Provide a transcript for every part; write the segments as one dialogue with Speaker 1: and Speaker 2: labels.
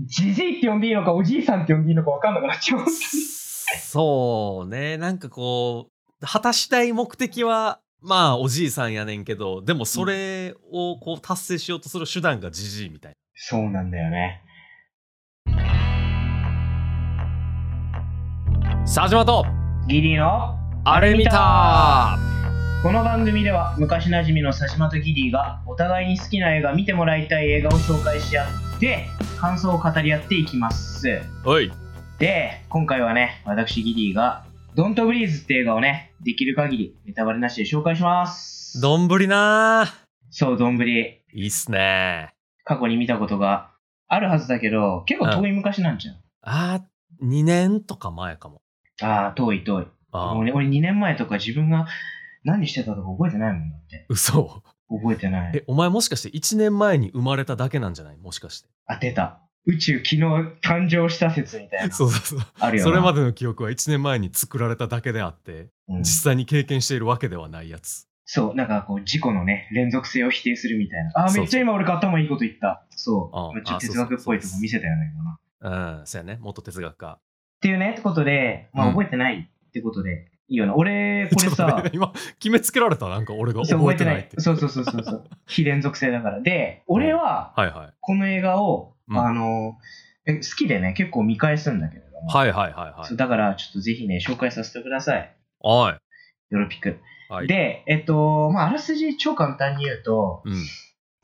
Speaker 1: じじいって呼んでいいのか、おじいさんって呼んでいいのか分かんなくなっちゃう。
Speaker 2: そうね、なんかこう、果たしたい目的は、まあ、おじいさんやねんけど、でもそれをこう達成しようとする手段がじじいみたいな。
Speaker 1: そうなんだよね。
Speaker 2: 佐島と、
Speaker 1: ギリの
Speaker 2: あれ見た
Speaker 1: この番組では昔なじみの佐島とギリーがお互いに好きな映画見てもらいたい映画を紹介し合って感想を語り合っていきます
Speaker 2: おい、
Speaker 1: で今回はね私ギリーが「ドントブリーズ」って映画をねできる限りネタバレなしで紹介し ます
Speaker 2: どんぶりな
Speaker 1: そうどんぶり
Speaker 2: ーいいっすね
Speaker 1: 過去に見たことがあるはずだけど結構遠い昔なんじゃん、
Speaker 2: あー、2年とか前かも。
Speaker 1: ああ遠い遠い
Speaker 2: あー
Speaker 1: 俺俺2年前とか自分が何してたとか覚えてないもんだって
Speaker 2: 嘘。
Speaker 1: 覚えてない
Speaker 2: え、お前もしかして1年前に生まれただけなんじゃないもしかして。
Speaker 1: 当てた宇宙昨日誕生した説みたいな
Speaker 2: そうそうそう。
Speaker 1: あるよな
Speaker 2: それまでの記憶は1年前に作られただけであって、
Speaker 1: うん
Speaker 2: 実際に経験しているわけではないやつ。
Speaker 1: そうなんかこう事故のね連続性を否定するみたいなあー
Speaker 2: そう
Speaker 1: めっちゃ今俺が頭いいこと言ったそう
Speaker 2: あー
Speaker 1: まあちょっ
Speaker 2: あ
Speaker 1: と哲
Speaker 2: そうそう
Speaker 1: 学っぽいとこ見せたよね今なっ
Speaker 2: うん、そうやね。元哲学家。
Speaker 1: ていうねってことでまあ
Speaker 2: うん
Speaker 1: 覚えてないってことで、いいよな俺これ
Speaker 2: ちょっと
Speaker 1: さ
Speaker 2: ね今、決めつけられたなんか俺が
Speaker 1: そう覚
Speaker 2: 覚え
Speaker 1: え
Speaker 2: て
Speaker 1: て
Speaker 2: な
Speaker 1: ない
Speaker 2: っ
Speaker 1: い
Speaker 2: て。
Speaker 1: そうそうそうそうそう非連続性だからで俺は
Speaker 2: はいはい。
Speaker 1: この映画を、
Speaker 2: うん
Speaker 1: あのえ好きでね結構見返すんだけれども、
Speaker 2: はいはいはい
Speaker 1: そうだからちょっとぜひね紹介させてください
Speaker 2: はい。はい。
Speaker 1: ヨロピック
Speaker 2: はい、
Speaker 1: で、えっと、まあ、あらすじ超簡単に言うと、
Speaker 2: うん。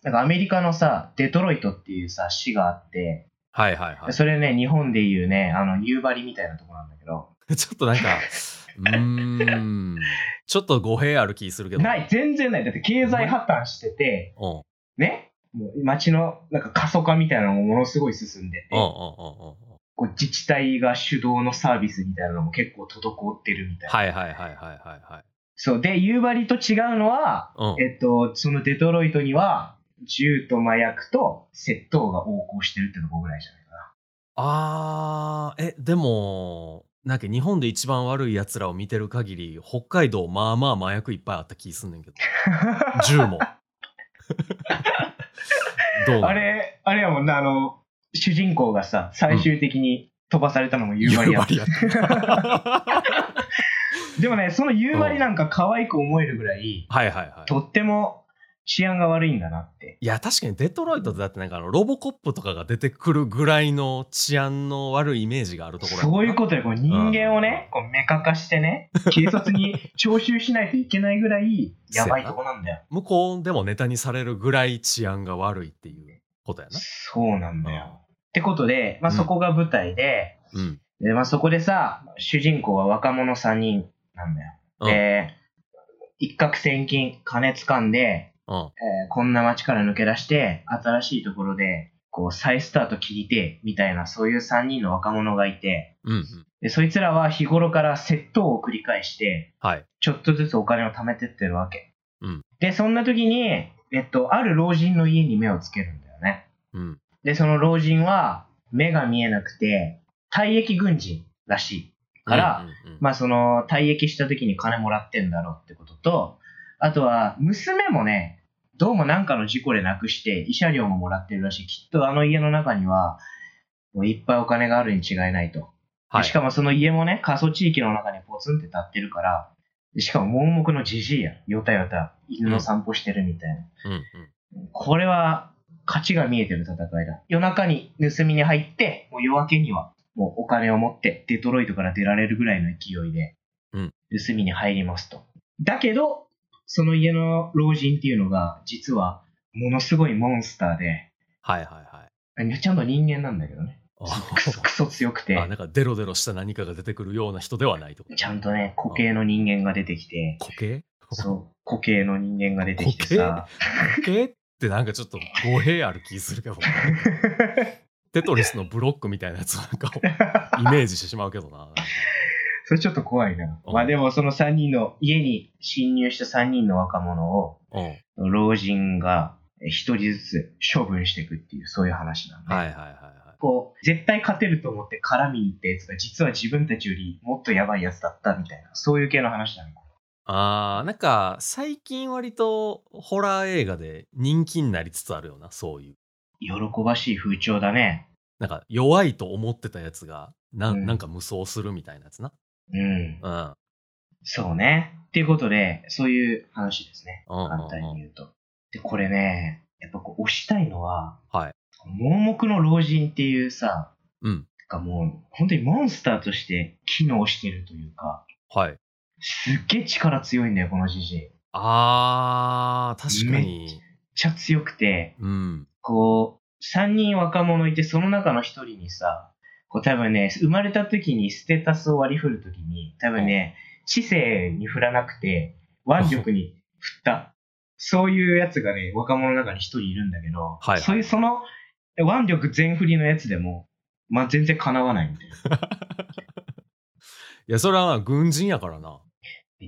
Speaker 1: なんかアメリカのさ、デトロイトっていうさ、市があって、
Speaker 2: はいはいは
Speaker 1: それね、日本でいうね、あの、夕張みたいなとこなんだけど、
Speaker 2: い。 ちょっとなんか、うーん。ちょっと語弊ある気するけど。
Speaker 1: ない、全然ない。だって経済破綻してて、
Speaker 2: うん。うん
Speaker 1: ね、もう街のなんか過疎化みたいなのもものすごい進んでて、
Speaker 2: うんうん
Speaker 1: こ
Speaker 2: うんうん。
Speaker 1: う自治体が主導のサービスみたいなのも結構滞ってるみたいな。
Speaker 2: はいはいはいはいはいはい。
Speaker 1: そう、で、夕張と違うのは、
Speaker 2: うん。
Speaker 1: えっと、そのデトロイトには、銃と麻薬と窃盗が横行してるってとこぐらいじゃないかな。
Speaker 2: あーえでもなんか日本で一番悪いやつらを見てる限り北海道まあまあ麻薬いっぱいあった気すんねんけど銃 もどう
Speaker 1: あれ、あれやもんな、あの、主人公がさ、最終的に飛ばされたのも夕
Speaker 2: 夕
Speaker 1: 張
Speaker 2: 張
Speaker 1: や
Speaker 2: や
Speaker 1: ん、
Speaker 2: った
Speaker 1: でもね、その夕張なんか可愛く思えるぐらい、
Speaker 2: はいはいはい
Speaker 1: とっても治安が悪いんだなって。
Speaker 2: いや確かにデトロイトってだってなんかあのロボコップとかが出てくるぐらいの治安の悪いイメージがあるところやもん
Speaker 1: そう
Speaker 2: な
Speaker 1: いうことで、こう人間をね、こう目かかしてね、警察に徴収しないといけないぐらい、やばいとこなんだよ。
Speaker 2: 向こうでもネタにされるぐらい治安が悪いっていうことやな
Speaker 1: そうなんだ
Speaker 2: うん
Speaker 1: よ。ってことで、まあ、
Speaker 2: うん
Speaker 1: そこが舞台で、
Speaker 2: うん
Speaker 1: でまあ、そこでさ、主人公は若者3人なんだよ。
Speaker 2: うん
Speaker 1: で、一攫千金、金掴んで、
Speaker 2: うん
Speaker 1: えーこんな街から抜け出して、新しいところで、こう、再スタート切りてえ、みたいな、そういう3人の若者がいて、
Speaker 2: うんうん
Speaker 1: で、そいつらは日頃から窃盗を繰り返して、
Speaker 2: はい
Speaker 1: ちょっとずつお金を貯めてってるわけ。
Speaker 2: うん
Speaker 1: で、そんな時に、えっと、ある老人の家に目をつけるんだよね。
Speaker 2: うん
Speaker 1: で、その老人は、目が見えなくて、退役軍人らしい。から、
Speaker 2: うんうんうん
Speaker 1: まあその退役した時に金もらってんだろうってことと、あとは娘もね、どうもなんかの事故で亡くして、慰謝料ももらってるらしい。きっとあの家の中には、もういっぱいお金があるに違いないと。
Speaker 2: はい
Speaker 1: でしかもその家もね、過疎地域の中にポツンって立ってるから、でしかも盲目のじじいやん。よたよた、犬の散歩してるみたいな。
Speaker 2: うんうん
Speaker 1: これは、勝ちが見えてる戦いだ。夜中に盗みに入って、もう夜明けには、もうお金を持って、デトロイトから出られるぐらいの勢いで、
Speaker 2: うん
Speaker 1: 盗みに入りますと。だけど、その家の老人っていうのが、実は、ものすごいモンスターで、
Speaker 2: はいはいはい
Speaker 1: ちゃんと人間なんだけどね。
Speaker 2: あ
Speaker 1: クソクソ強くて、
Speaker 2: あなんかデロデロした何かが出てくるような人ではないと
Speaker 1: ちゃんとね、固形の人間が出てきて、
Speaker 2: 固形
Speaker 1: そう、固形の人間が出てきてさ、
Speaker 2: 固形ってなんかちょっと語弊ある気す るけどなテトリスのブロックみたいなやつをなんかイメージしてしまうけどななんか
Speaker 1: それちょっと怖いな。
Speaker 2: うん
Speaker 1: まあでもその3人の、家に侵入した3人の若者を、
Speaker 2: うん
Speaker 1: 老人がえ一人ずつ処分していくっていう、そういう話なんで。
Speaker 2: はいはいはいは
Speaker 1: こう、絶対勝てると思って絡みに行ったやつが、実は自分たちよりもっとやばいやつだったみたいな、そういう系の話なの。
Speaker 2: いあーなんか最近割とホラー映画で人気になりつつあるよなそういう
Speaker 1: 喜ばしい風潮だね。
Speaker 2: なんか弱いと思ってたやつがな,、
Speaker 1: うん
Speaker 2: ん、なんか無双するみたいなやつな。
Speaker 1: うん。
Speaker 2: うん。うん
Speaker 1: そうね。っていうことで、そういう話ですね。
Speaker 2: うん
Speaker 1: 簡単
Speaker 2: う
Speaker 1: に
Speaker 2: ん
Speaker 1: 言うと。で、これね、やっぱこう、推したいのは、
Speaker 2: はい。
Speaker 1: 盲目の老人っていうさ、
Speaker 2: うん。
Speaker 1: なんかもう、本当にモンスターとして機能してるというか、
Speaker 2: はい。
Speaker 1: すっげえ力強いんだよ、このじじい。めっ
Speaker 2: あー、確かに。
Speaker 1: ちゃ強くて、
Speaker 2: うん。
Speaker 1: こう、3人若者いて、その中の1人にさ、こう多分ね、生まれた時にステータスを割り振る時に、多分ね、知性に振らなくて、腕力に振った。そういうやつがね、若者の中に1人いるんだけど、
Speaker 2: はいはい
Speaker 1: そういうその腕力全振りのやつでも、まあ、全然かなわないみたいな。
Speaker 2: いや、それは軍人やからな。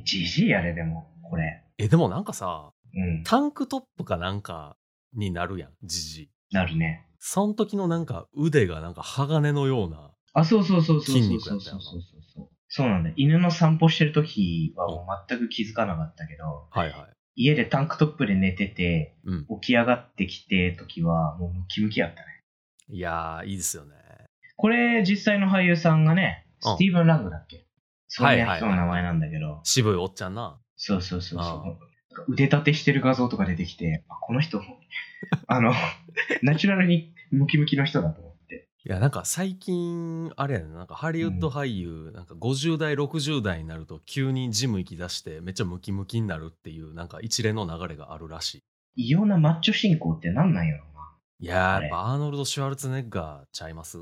Speaker 1: じじいやれ、でも、これ。
Speaker 2: え、でもなんかさ、
Speaker 1: うん。
Speaker 2: タンクトップかなんかになるやん、じじい。
Speaker 1: なるね。
Speaker 2: その時のなんか腕がなんか鋼のような。
Speaker 1: あ、そうそうそうそう
Speaker 2: 筋
Speaker 1: そう
Speaker 2: 肉
Speaker 1: そ
Speaker 2: だ
Speaker 1: う
Speaker 2: った
Speaker 1: そう
Speaker 2: よな
Speaker 1: そうそう。そうなんだよ。犬の散歩してる時はもう全く気づかなかったけど、
Speaker 2: はいはい。
Speaker 1: 家でタンクトップで寝てて、
Speaker 2: うん。
Speaker 1: 起き上がってきて時はもうムキムキやったね。
Speaker 2: いやー、いいですよね。
Speaker 1: これ実際の俳優さんがね、
Speaker 2: うん
Speaker 1: スティーブン・ラングだっけそういう
Speaker 2: はいはい
Speaker 1: 人
Speaker 2: はい
Speaker 1: の名前なんだけど、
Speaker 2: 渋いおっちゃんな。
Speaker 1: そうそうそう
Speaker 2: あ
Speaker 1: そう。腕立てしてる画像とか出てきて、あこの人、 あの、ナチュラルにムキムキの人だと思って。
Speaker 2: いや、なんか最近、あれやね、なんかハリウッド俳優、なんか50代、60代になると急にジム行き出して、めっちゃムキムキになるっていう、なんか一連の流れがあるらしい。
Speaker 1: 異様なマッチョ進行ってなんなんやろうな。
Speaker 2: いや
Speaker 1: あ
Speaker 2: ー、
Speaker 1: れ
Speaker 2: やっぱアーノルド・シュワルツェネッガーちゃいます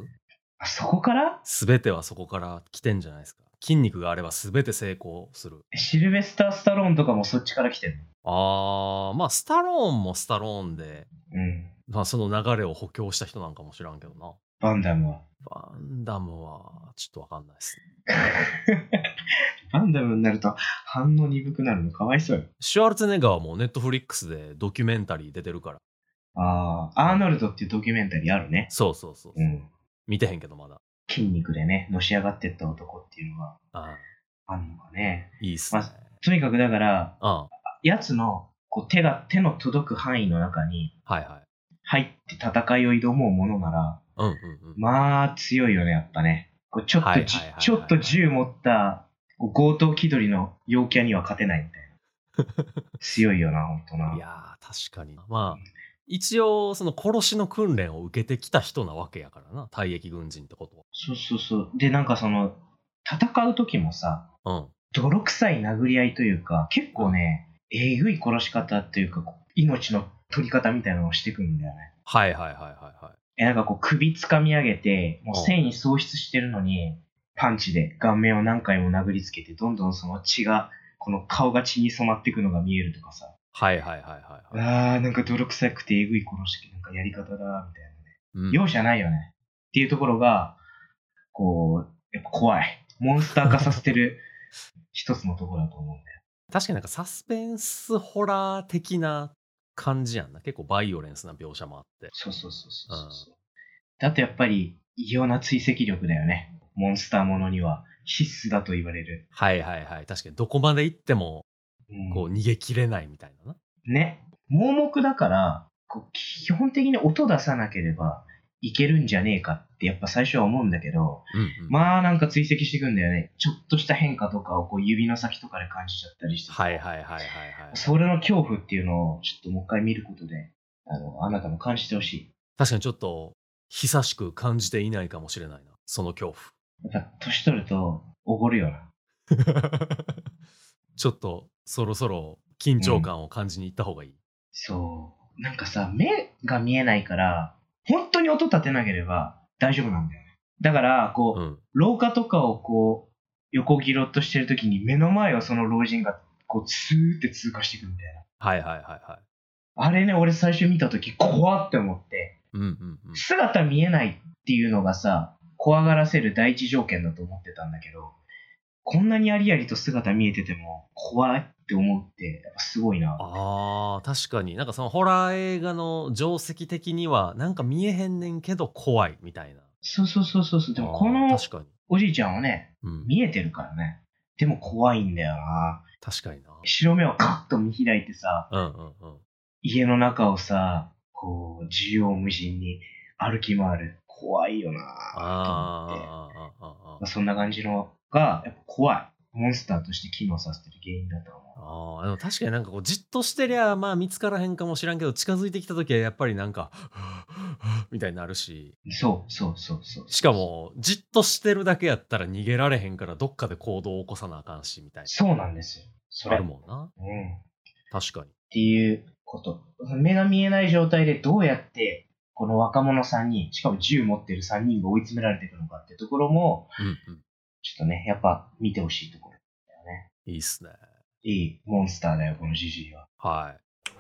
Speaker 1: あそこから
Speaker 2: すべてはそこから来てんじゃないですか。筋肉があればすべて成功する。
Speaker 1: シルベスター・スタローンとかもそっちから来てるの。
Speaker 2: あー、まあ、スタローンもスタローンで、
Speaker 1: うん。
Speaker 2: まあ、その流れを補強した人なんかも知らんけどな。
Speaker 1: バンダムは。
Speaker 2: バンダムは、ちょっとわかんないですね。
Speaker 1: バンダムになると反応鈍くなるのかわいそうよ。
Speaker 2: シュワルツェネッガーはもうネットフリックスでドキュメンタリー出てるから。
Speaker 1: ああ、アーノルドっていうドキュメンタリーあるね。
Speaker 2: そうそうそうそう、
Speaker 1: うん。
Speaker 2: 見てへんけど、まだ。
Speaker 1: 筋肉でね、のし上がってった男っていうのが
Speaker 2: あ
Speaker 1: あるのかね。
Speaker 2: いいっすね。
Speaker 1: とにかくだから、
Speaker 2: うん。は
Speaker 1: やつのこう手が、手の届く範囲の中に
Speaker 2: いはい。
Speaker 1: 入って戦いを挑もうものなら、
Speaker 2: うんうんうん。
Speaker 1: まあ強いよね、やっぱね。こうちょっ
Speaker 2: は
Speaker 1: と
Speaker 2: い
Speaker 1: じ
Speaker 2: はいはいはい、
Speaker 1: ちょっと銃持ったこう強盗気取りの陽キャには勝てないみたい な。強いよな、ほんとな。
Speaker 2: いやー、確かに。まあ、一応、その殺しの訓練を受けてきた人なわけやからな。退役軍人ってこ
Speaker 1: そうそうそう。で、なんかその、戦う時もさ、
Speaker 2: とは。
Speaker 1: 泥臭い殴り合いというか、結構ね、えぐい殺し方というか、こう命の取り方みたいなのをしてくんだよね。
Speaker 2: うん。はいはいはいはいはい。
Speaker 1: え、なんかこう首掴み上げて、もう繊維喪失してるのに、パンチで顔面を何回も殴りつけて、どんどんその血が、この顔が血に染まっていくのが見えるとかさ。
Speaker 2: はいはいはいはい、はい。
Speaker 1: あー、なんか泥臭くてえぐい殺し、なんかやり方だ、みたいなね。
Speaker 2: うん
Speaker 1: 容赦ないよね。っていうところが、こう、やっぱ怖い。モンスター化させてる 一つのところだと思うんだよ。
Speaker 2: 確かになんかサスペンスホラー的な感じやんな。結構バイオレンスな描写もあって。
Speaker 1: そうそうそうそうそうそう。だとやっぱり異様な追跡力だよね。モンスターものには必須だと言われる。
Speaker 2: はいはいはい。確かにどこまで行っても
Speaker 1: うん
Speaker 2: こう逃げ切れないみたいなな。
Speaker 1: ね。盲目だから、こう基本的に音出さなければいけるんじゃねえかってやっぱ最初は思うんだけど、
Speaker 2: うん、うん。
Speaker 1: まあなんか追跡していくんだよね。ちょっとした変化とかをこう指の先とかで感じちゃったりして。
Speaker 2: はいはいはいはいはい。
Speaker 1: それの恐怖っていうのをちょっともう一回見ることで、あの、あなたも感じてほしい。
Speaker 2: 確かにちょっと久しく感じていないかもしれないな。その恐
Speaker 1: やっぱ年取るとおごるよな。
Speaker 2: 怖。ちょっとそろそろ緊張感を感じに行った方がいい。
Speaker 1: そう。なんかさ、目が見えないから、本当に音立てなければ大丈夫なんだよね。だから、こう、
Speaker 2: うん。
Speaker 1: 廊下とかをこう、横切ろうとしてるときに目の前をその老人が、こう、ツーって通過していくみたいな。
Speaker 2: はいはいはいはい。
Speaker 1: あれね、俺最初見たとき、怖って思って、
Speaker 2: うんうんうん。
Speaker 1: 姿見えないっていうのがさ、怖がらせる第一条件だと思ってたんだけど、こんなにありありと姿見えてても、怖いって思って、やっぱすごいな。
Speaker 2: あー確かになんかそのホラー映画の定石的にはなんか見えへんねんけど怖いみたいな。
Speaker 1: そうそうそうそうそう。でも、
Speaker 2: あー
Speaker 1: この
Speaker 2: 確かに、
Speaker 1: おじいちゃんはね、
Speaker 2: うん、
Speaker 1: 見えてるからね。でも怖いんだよな。
Speaker 2: 確かにな。
Speaker 1: 白目をカッと見開いてさ、
Speaker 2: うんうんうん。
Speaker 1: 家の中をさ、こう、縦横無尽に歩き回る。怖いよなと思って。
Speaker 2: あーあ
Speaker 1: まあ、そんな感じのが、やっぱ怖い。モンスターとして機能させてる原因だと思
Speaker 2: ーあーでも確かになんかこうじっとしてりゃまあ見つからへんかもしらんけど近づいてきた時はやっぱりなんかはぁはぁみたいになるし
Speaker 1: う。そうそうそうそう。
Speaker 2: しかもじっとしてるだけやったら逃げられへんからどっかで行動を起こさなあかんしみたい
Speaker 1: そうなんですよ。そ
Speaker 2: なあ
Speaker 1: れ。
Speaker 2: る
Speaker 1: うん。っ
Speaker 2: もんな確かに
Speaker 1: ていうこと。目が見えない状態でどうやって、この若者3人、しかも銃持ってる3人が追い詰められていくのかってところも、
Speaker 2: うんうん
Speaker 1: ちょっとね、やっぱ見てほしいところだよね。
Speaker 2: いいっすね
Speaker 1: いいモンスターだよ、このジジイは。
Speaker 2: はい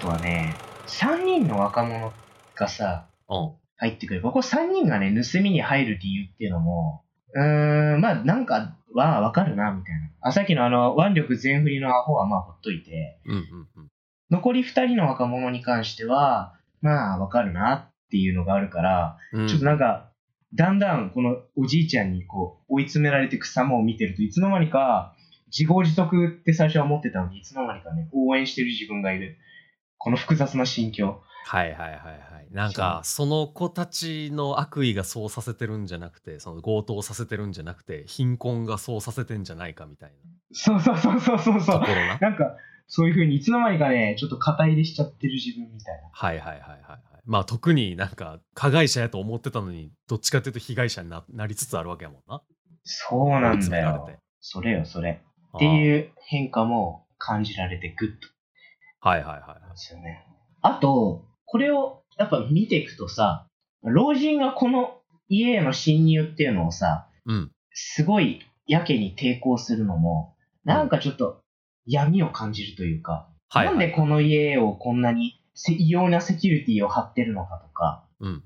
Speaker 1: あとはね、3人の若者がさ、
Speaker 2: うん
Speaker 1: 入ってくる。ここ3人がね、盗みに入る理由っていうのも、うーん、まあなんかはわかるな、みたいな。あ、さっきのあの、腕力全振りのアホはまあほっといて、
Speaker 2: うんうんうん
Speaker 1: 残り2人の若者に関しては、まあわかるなっていうのがあるから、
Speaker 2: うん
Speaker 1: ちょっとなんか、だんだんこのおじいちゃんにこう、追い詰められていく様を見てると、いつの間にか、自業自得って最初は思ってたのに、いつの間にかね、応援してる自分がいる。この複雑な心境。
Speaker 2: はいはいはいはいなんかその子たちの悪意がそうさせてるんじゃなくてその強盗をさせてるんじゃなくて貧困がそうさせてんじゃないかみたい
Speaker 1: そうそうそうそうそう そ
Speaker 2: な
Speaker 1: う
Speaker 2: と。ころな
Speaker 1: なんか、そういう風にいつの間にかね、ちょっと肩入れしちゃってる自分みたいな。
Speaker 2: はいはいはいはいはいまあ特になんか加害者やと思ってたのにどっちかっていうと被害者にななりつつあるわけやもんな
Speaker 1: そう
Speaker 2: 追
Speaker 1: ないん
Speaker 2: 詰
Speaker 1: だ
Speaker 2: められ
Speaker 1: よ
Speaker 2: て。
Speaker 1: それよ、それ。
Speaker 2: っ
Speaker 1: っていう変化も感じられてグッと
Speaker 2: はいはいはいはい
Speaker 1: なんですよね。あと、これをやっぱ見ていくとさ、老人がこの家への侵入っていうのをさ、
Speaker 2: うん
Speaker 1: すごいやけに抵抗するのも、なんかちょっと闇を感じるというか、
Speaker 2: はいはい
Speaker 1: なんでこの家をこんなにせ異様なセキュリティを張ってるのかとか、
Speaker 2: うんうんうん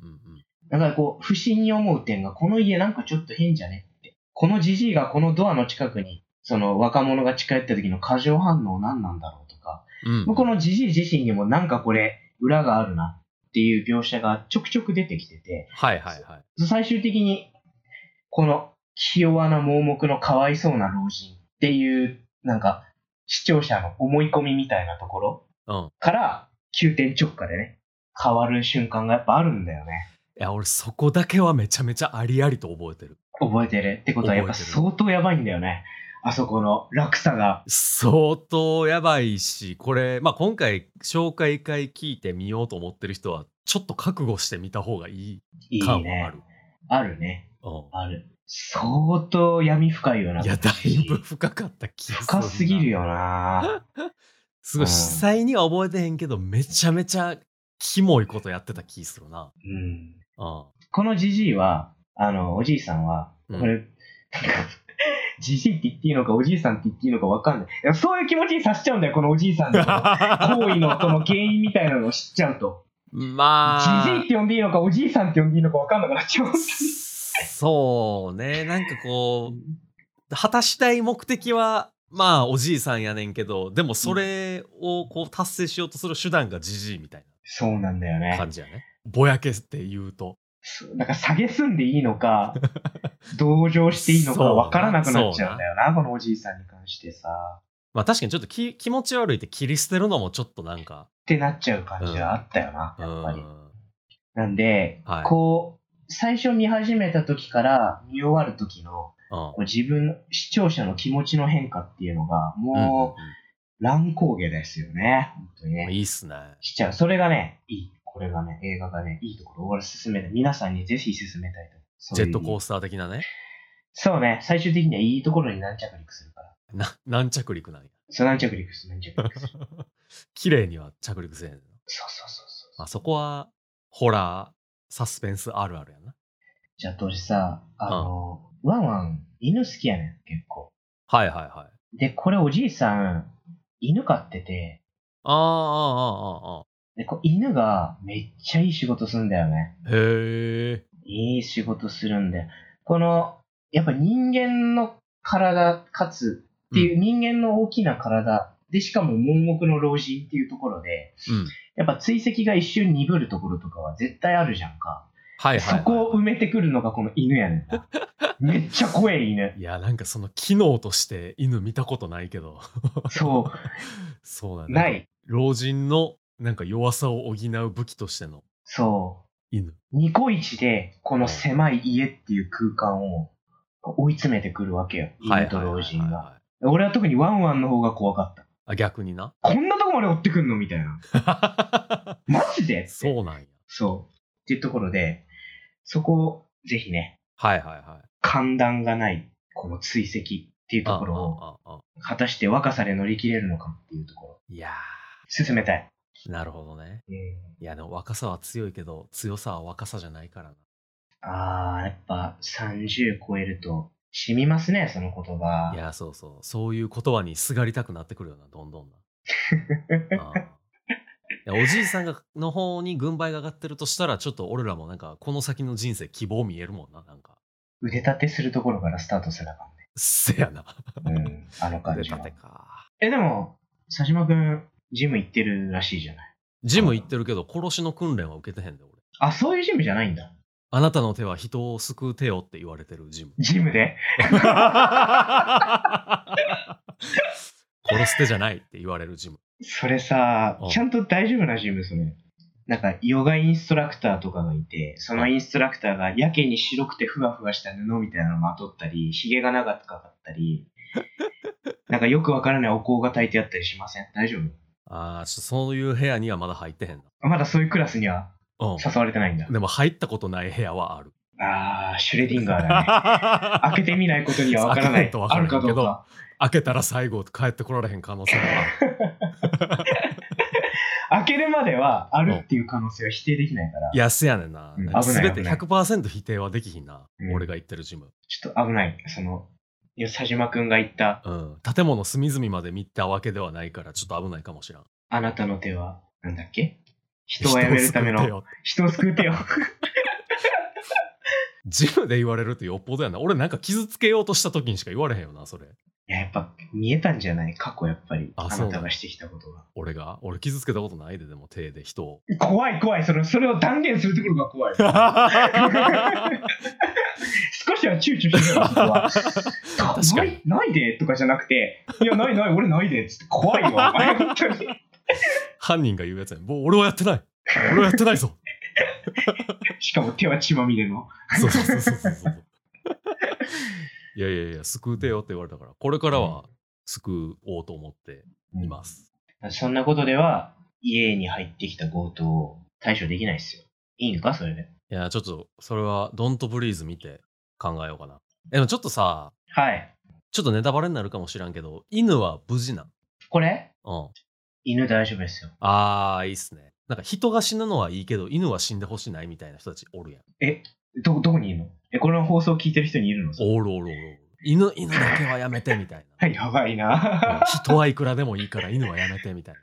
Speaker 1: だからこう、不審に思う点が、この家なんかちょっと変じゃねって。このじじいがこのドアの近くに、その若者が近寄った時の過剰反応何なんだろうとか、
Speaker 2: うんうん
Speaker 1: このじじい自身にもなんかこれ、裏があるなっていう描写がちょくちょく出てきてて、
Speaker 2: はいはいはい
Speaker 1: 最終的に、この、ひ弱な盲目のかわいそうな老人っていう、なんか、視聴者の思い込みみたいなところ
Speaker 2: うん
Speaker 1: から、急転直下でね、変わる瞬間がやっぱあるんだよね。
Speaker 2: いや俺そこだけはめちゃめちゃありありと覚えてる
Speaker 1: 覚えてるってことはやっぱ
Speaker 2: 覚えてる
Speaker 1: 相当やばいんだよね。あそこの落差が。
Speaker 2: 相当やばいしこれ、まあ、今回紹介会聞いてみようと思ってる人はちょっと覚悟してみた方がい
Speaker 1: い
Speaker 2: い
Speaker 1: い
Speaker 2: 感はあ
Speaker 1: ね
Speaker 2: る。。
Speaker 1: あるね。
Speaker 2: うん
Speaker 1: ある。相当闇深いよな。
Speaker 2: いやだいぶ深かった気がするな
Speaker 1: 深すぎるよな。
Speaker 2: すご
Speaker 1: うん
Speaker 2: い実際には覚えてへんけどめちゃめちゃキモいことやってた気するな、
Speaker 1: うん。
Speaker 2: うん、
Speaker 1: このじじいは、あの、おじいさんは、
Speaker 2: うん
Speaker 1: これ、なんか、じじいって言っていいのか、おじいさんって言っていいのかわかんない。いやそういう気持ちにさせちゃうんだよ、このおじいさんの行為のその原因みたいなのを知っちゃうと。
Speaker 2: まあ
Speaker 1: じじいって呼んでいいのか、おじいさんって呼んでいいのかわかんなくなっちゃう。
Speaker 2: そうねなんかこう果たしたい目的はまあおじいさんやねんけどでもそれをこう達成しようとする手段がじじいみたい
Speaker 1: そうなんだよね
Speaker 2: な。感じやねぼやけって言うと
Speaker 1: なんか、下げすんでいいの か、同情していいのか分からなくなっちゃうんだよな、このおじいさんに関してさ。
Speaker 2: まあ確かにちょっとき気持ち悪いって切り捨てるのもちょっとなんか
Speaker 1: ってなっちゃう感じはあったよな、
Speaker 2: う
Speaker 1: やっぱり。
Speaker 2: ん
Speaker 1: なんで、
Speaker 2: はい
Speaker 1: こう、最初見始めた時から見終わる時の、
Speaker 2: うん
Speaker 1: こう自分、視聴者の気持ちの変化っていうのが、
Speaker 2: うん
Speaker 1: もう、乱高下ですよね。本当に
Speaker 2: うん
Speaker 1: ね。
Speaker 2: いいっすね
Speaker 1: しちゃう。それがね、いい。これがね、映画がね、いいところ。俺は進めたい。皆さんにぜひ進めたいと。そう
Speaker 2: ジ
Speaker 1: い
Speaker 2: ェ
Speaker 1: う
Speaker 2: ットコ
Speaker 1: 意
Speaker 2: ー
Speaker 1: 味
Speaker 2: スター的なね
Speaker 1: そうね、最終的にはいいところに軟着陸するから。
Speaker 2: な軟着陸なんや
Speaker 1: そう、軟着陸する、軟着 陸する。
Speaker 2: 綺麗には着陸せえへんの
Speaker 1: そうそうそうそう。
Speaker 2: まあそこはホラーサスペンスあるあるやな
Speaker 1: じゃあ、当時さ、あの、ワンワン、犬好きやねん、結構。
Speaker 2: はいはいはい
Speaker 1: で、これおじいさん、犬飼ってて、
Speaker 2: あああああああ
Speaker 1: で、こう犬がめっちゃいい仕事すんだよね。
Speaker 2: あへえ
Speaker 1: いい仕事するんだよ。この、やっぱ人間の体、かつ、っていう、人間の大きな体、で、しかも盲目の老人っていうところで、
Speaker 2: うん
Speaker 1: やっぱ追跡が一瞬鈍るところとかは絶対あるじゃんか。
Speaker 2: はいはい、
Speaker 1: そ
Speaker 2: はい、
Speaker 1: こを埋めてくるのがこの犬やねん な。めっちゃ怖い犬。
Speaker 2: いやなんかその機能として犬見たことないけど
Speaker 1: そ
Speaker 2: そうだ
Speaker 1: う、
Speaker 2: ね
Speaker 1: ない。
Speaker 2: 老人のなんか弱さを補う武器としての
Speaker 1: そ
Speaker 2: 犬。
Speaker 1: ニコイチで、この狭い家っていう空間を追い詰めてくるわけよ。犬と老人
Speaker 2: はいはいはい
Speaker 1: が。
Speaker 2: はい
Speaker 1: 俺は特にワンワンの方が怖かった。
Speaker 2: あ、逆 にな。
Speaker 1: こんなとこまで追ってくんのみたいな。マジで
Speaker 2: そうなんや。
Speaker 1: そう。っていうところで、そこをぜひね、
Speaker 2: はいはいはい。
Speaker 1: 寒暖がない、この追跡っていうところを、
Speaker 2: あああああ
Speaker 1: 果たして若さで乗り切れるのかっていうところ、
Speaker 2: いや
Speaker 1: 進めたい。
Speaker 2: ー、なるほどね。
Speaker 1: うん
Speaker 2: いや、でも若さは強いけど、強さは若さじゃないからな。
Speaker 1: あー、やっぱ30超えると、染みますね、その言葉。
Speaker 2: いや、そうそう。そういう言葉にすがりたくなってくるよな、どんどんな。ああいやおじいさんがの方に軍配が上がってるとしたら、ちょっと俺らもなんか、この先の人生希望見えるもんな、なんか。
Speaker 1: 腕立てするところからスタートすれ ば
Speaker 2: せやな。
Speaker 1: ね。うん、あの感
Speaker 2: 腕
Speaker 1: じは
Speaker 2: 立て。か。
Speaker 1: え、でも、佐島くん、ジム行ってるらしいじゃない。
Speaker 2: ジム行ってるけど、殺しの訓練は受けてへんで、俺。
Speaker 1: あ、そういうジムじゃないんだ。
Speaker 2: あなたの手は人を救う手よって言われてるジム。
Speaker 1: ジムで
Speaker 2: 殺す手じゃないって言われるジム。
Speaker 1: それさ
Speaker 2: うん、
Speaker 1: ちゃんと大丈夫なジム、それ。なんか、ヨガインストラクターとかがいて、そのインストラクターがやけに白くてふわふわした布みたいなのまとったり、ひげが長かった り、なんかよくわからないお香が炊いてあったりしません大丈夫
Speaker 2: ああ、ちょっとそういう部屋にはまだ入ってへんな。
Speaker 1: あまだそういうクラスには
Speaker 2: う
Speaker 1: 誘われてないんだ
Speaker 2: ん。。でも入ったことない部屋はある。
Speaker 1: あー、シュレディンガー だね。 開けてみないことにはわからな
Speaker 2: 開けない
Speaker 1: い
Speaker 2: と。わか
Speaker 1: あ
Speaker 2: らん
Speaker 1: る
Speaker 2: けど
Speaker 1: かどうか。
Speaker 2: 開けたら最後帰ってこられへん可能性もあ る。
Speaker 1: 開けるまではあるっていう可能性は否定できないから、
Speaker 2: いや、せやねんな
Speaker 1: うん危。ない
Speaker 2: すべて
Speaker 1: 危ない
Speaker 2: 100%否定はできひんな
Speaker 1: う。ん
Speaker 2: 俺が行ってるジム。
Speaker 1: ちょっと危ない。その、佐島くんが言った、
Speaker 2: うん。建物隅々まで見たわけではないから、ちょっと危ないかもしらん。
Speaker 1: あなたの手は、なんだっけ 人をやめるため
Speaker 2: 人を救
Speaker 1: の、人を救う
Speaker 2: う手よ
Speaker 1: 手よ。
Speaker 2: ジムで言われるってよっぽどやな。俺なんか傷つけようとした時にしか言われへんよな、それ。
Speaker 1: いや、やっぱ見えたんじゃない過去やっぱり、
Speaker 2: あ
Speaker 1: あ
Speaker 2: そう
Speaker 1: なたがしてきたことが。
Speaker 2: 俺が。俺傷つけたことないで、でも手で人 を。
Speaker 1: 怖い怖い、それそれを断言するところが怖い。
Speaker 2: 確
Speaker 1: 少しは躊躇してるよ、そこ は。
Speaker 2: か
Speaker 1: な
Speaker 2: に
Speaker 1: い。ないでとかじゃなくて、いや、ないない、俺ないでっつって怖い よ、お前本当に。
Speaker 2: 犯人が言うやつやん。もう俺はやってない。俺はやってないぞ。
Speaker 1: しかも手は血まみれの。
Speaker 2: そうそうそうそうそうそう。いやいやいや、救うてよって言われたから、これからは救おうと思っています。
Speaker 1: そんなことでは、家に入ってきた強盗を対処できないですよ。いいのか、それで。
Speaker 2: いや、ちょっと、それは、ドントブリーズ見て考えようかな。でもちょっとさ、
Speaker 1: はい。
Speaker 2: ちょっとネタバレになるかもしらんけど、犬は無事なん。
Speaker 1: これ
Speaker 2: うん。
Speaker 1: 犬大丈夫ですよ。
Speaker 2: あー、いいっすね。なんか人が死ぬのはいいけど、犬は死んでほしないみたいな人たちおるやん。
Speaker 1: え、ど、どこにいるのえ、この放送聞いてる人にいるの
Speaker 2: おるおるおるおる。犬、犬だけはやめてみたいな。
Speaker 1: やばい な。
Speaker 2: 人はいくらでもいいから犬はやめてみたいな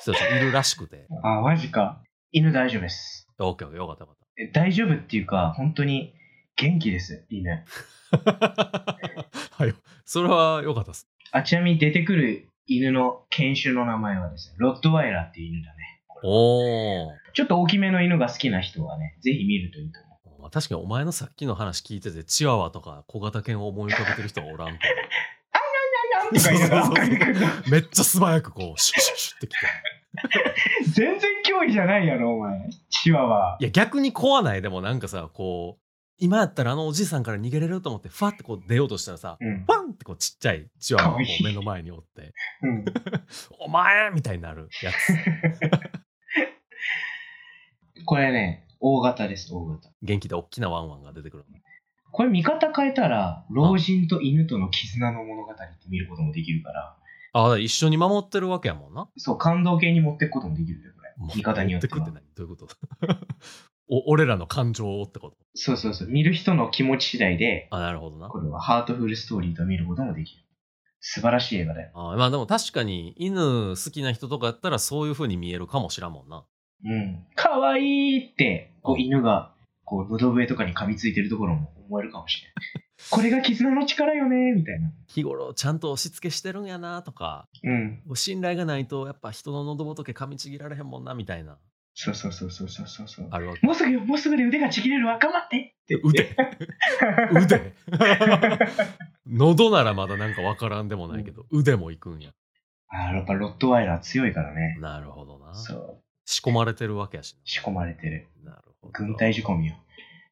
Speaker 2: 人たちいるらしく て。
Speaker 1: あ、マジか。犬大丈夫です。
Speaker 2: オッケーオッケーよかったよ
Speaker 1: え大丈夫っていうか、本当に元気です、犬。
Speaker 2: かった。はい。それはよかったです。
Speaker 1: あ、ちなみに出てくる犬の犬種の名前はですね、ロットワイラーっていう犬だね。
Speaker 2: おー。
Speaker 1: ちょっと大きめの犬が好きな人はね、ぜひ見るといいと思う。
Speaker 2: まあ、確かにお前のさっきの話聞いてて、チワワとか小型犬を思い浮かべてる人はおらんけ
Speaker 1: なんとか言いながら
Speaker 2: そうそうそ
Speaker 1: 追
Speaker 2: う
Speaker 1: っかけてくる
Speaker 2: ど、めっちゃ素早くこう、シュッシュッシュッってきて。
Speaker 1: 全然脅威じゃないやろ、お前。チワワ。
Speaker 2: いや、逆に怖ない。でもなんかさ、こう、今やったらあのおじいさんから逃げれると思って、ファってこう出ようとしたらさ、
Speaker 1: うん
Speaker 2: フ。ァンってこうちっちゃいチワワがこ
Speaker 1: かわいうい
Speaker 2: 目の前におって、
Speaker 1: うん、
Speaker 2: お前みたいになるやつ。
Speaker 1: これね、大型です、大型。
Speaker 2: 元気で大きなワンワンが出てくる。
Speaker 1: これ見方変えたら、老人と犬との絆の物語って見ることもできるから、
Speaker 2: あ、だから一緒に守ってるわけやもんな。
Speaker 1: そう、感動系に持っていくこともできるよ、これ。見方によって
Speaker 2: 持く
Speaker 1: は
Speaker 2: って。ない。どういうこと お俺らの感情をってこと
Speaker 1: そうそうそう。見る人の気持ち次第で、
Speaker 2: あ、なるほどな。
Speaker 1: これはハートフルストーリーと見ることもできる。素晴らしい映画だよ。
Speaker 2: あまあでも確かに犬好きな人とかやったらそういう風に見えるかもしらんもんな。
Speaker 1: うん。かわいいって、こ
Speaker 2: う
Speaker 1: うん犬が、こう、喉笛とかに噛みついてるところも思えるかもしれない。これが絆の力よね、みたいな。
Speaker 2: 日頃ちゃんと押し付けしてるんやなとか、
Speaker 1: うん。
Speaker 2: 信頼がないとやっぱ人の喉仏噛みちぎられへんもんなみたいな。
Speaker 1: そうそうそうそうそうそうそう。
Speaker 2: あるわけ。
Speaker 1: もうすぐよ、もうすぐで腕がちぎれるわ、頑張ってって言って。
Speaker 2: 腕腕喉ならまだなんかわからんでもないけど、腕もいくんや。
Speaker 1: あーやっぱロットワイラー強いからね。
Speaker 2: なるほどな。
Speaker 1: そう。
Speaker 2: 仕込まれてるわけやしな。
Speaker 1: 仕込まれてる。
Speaker 2: なるほ
Speaker 1: 軍隊仕込みよ。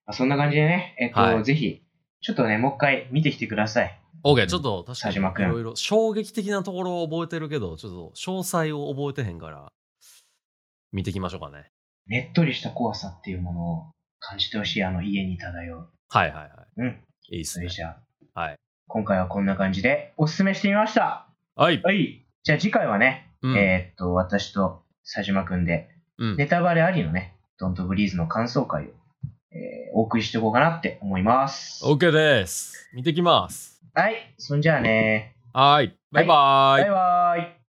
Speaker 1: まあ、そんな感じでね、えっと、
Speaker 2: はい
Speaker 1: ぜひ、ちょっとね、もう一回見てきてください。
Speaker 2: OK、ちょっと確かに
Speaker 1: 佐島
Speaker 2: い
Speaker 1: 君
Speaker 2: ろいろ衝撃的なところを覚えてるけど、ちょっと詳細を覚えてへんから、見ていきましょうかね。
Speaker 1: ねっとりした怖さっていうものを感じてほしい、あの家に漂う。
Speaker 2: はいはいは
Speaker 1: うん。
Speaker 2: い。いいっす
Speaker 1: そ
Speaker 2: ね
Speaker 1: れ。じゃあ、
Speaker 2: はい。
Speaker 1: 今回はこんな感じでおすすめしてみました。
Speaker 2: はい。
Speaker 1: はい。じゃあ次回はね、
Speaker 2: うん
Speaker 1: えーっと、私と佐島くんで、
Speaker 2: うん
Speaker 1: ネタバレありのね、ドントブリーズの感想会を、えーお送りしていこうかなって思います。
Speaker 2: OK です。見てきます。
Speaker 1: はい。そんじゃあね。
Speaker 2: はい。バイバーイ。
Speaker 1: バイバーイ。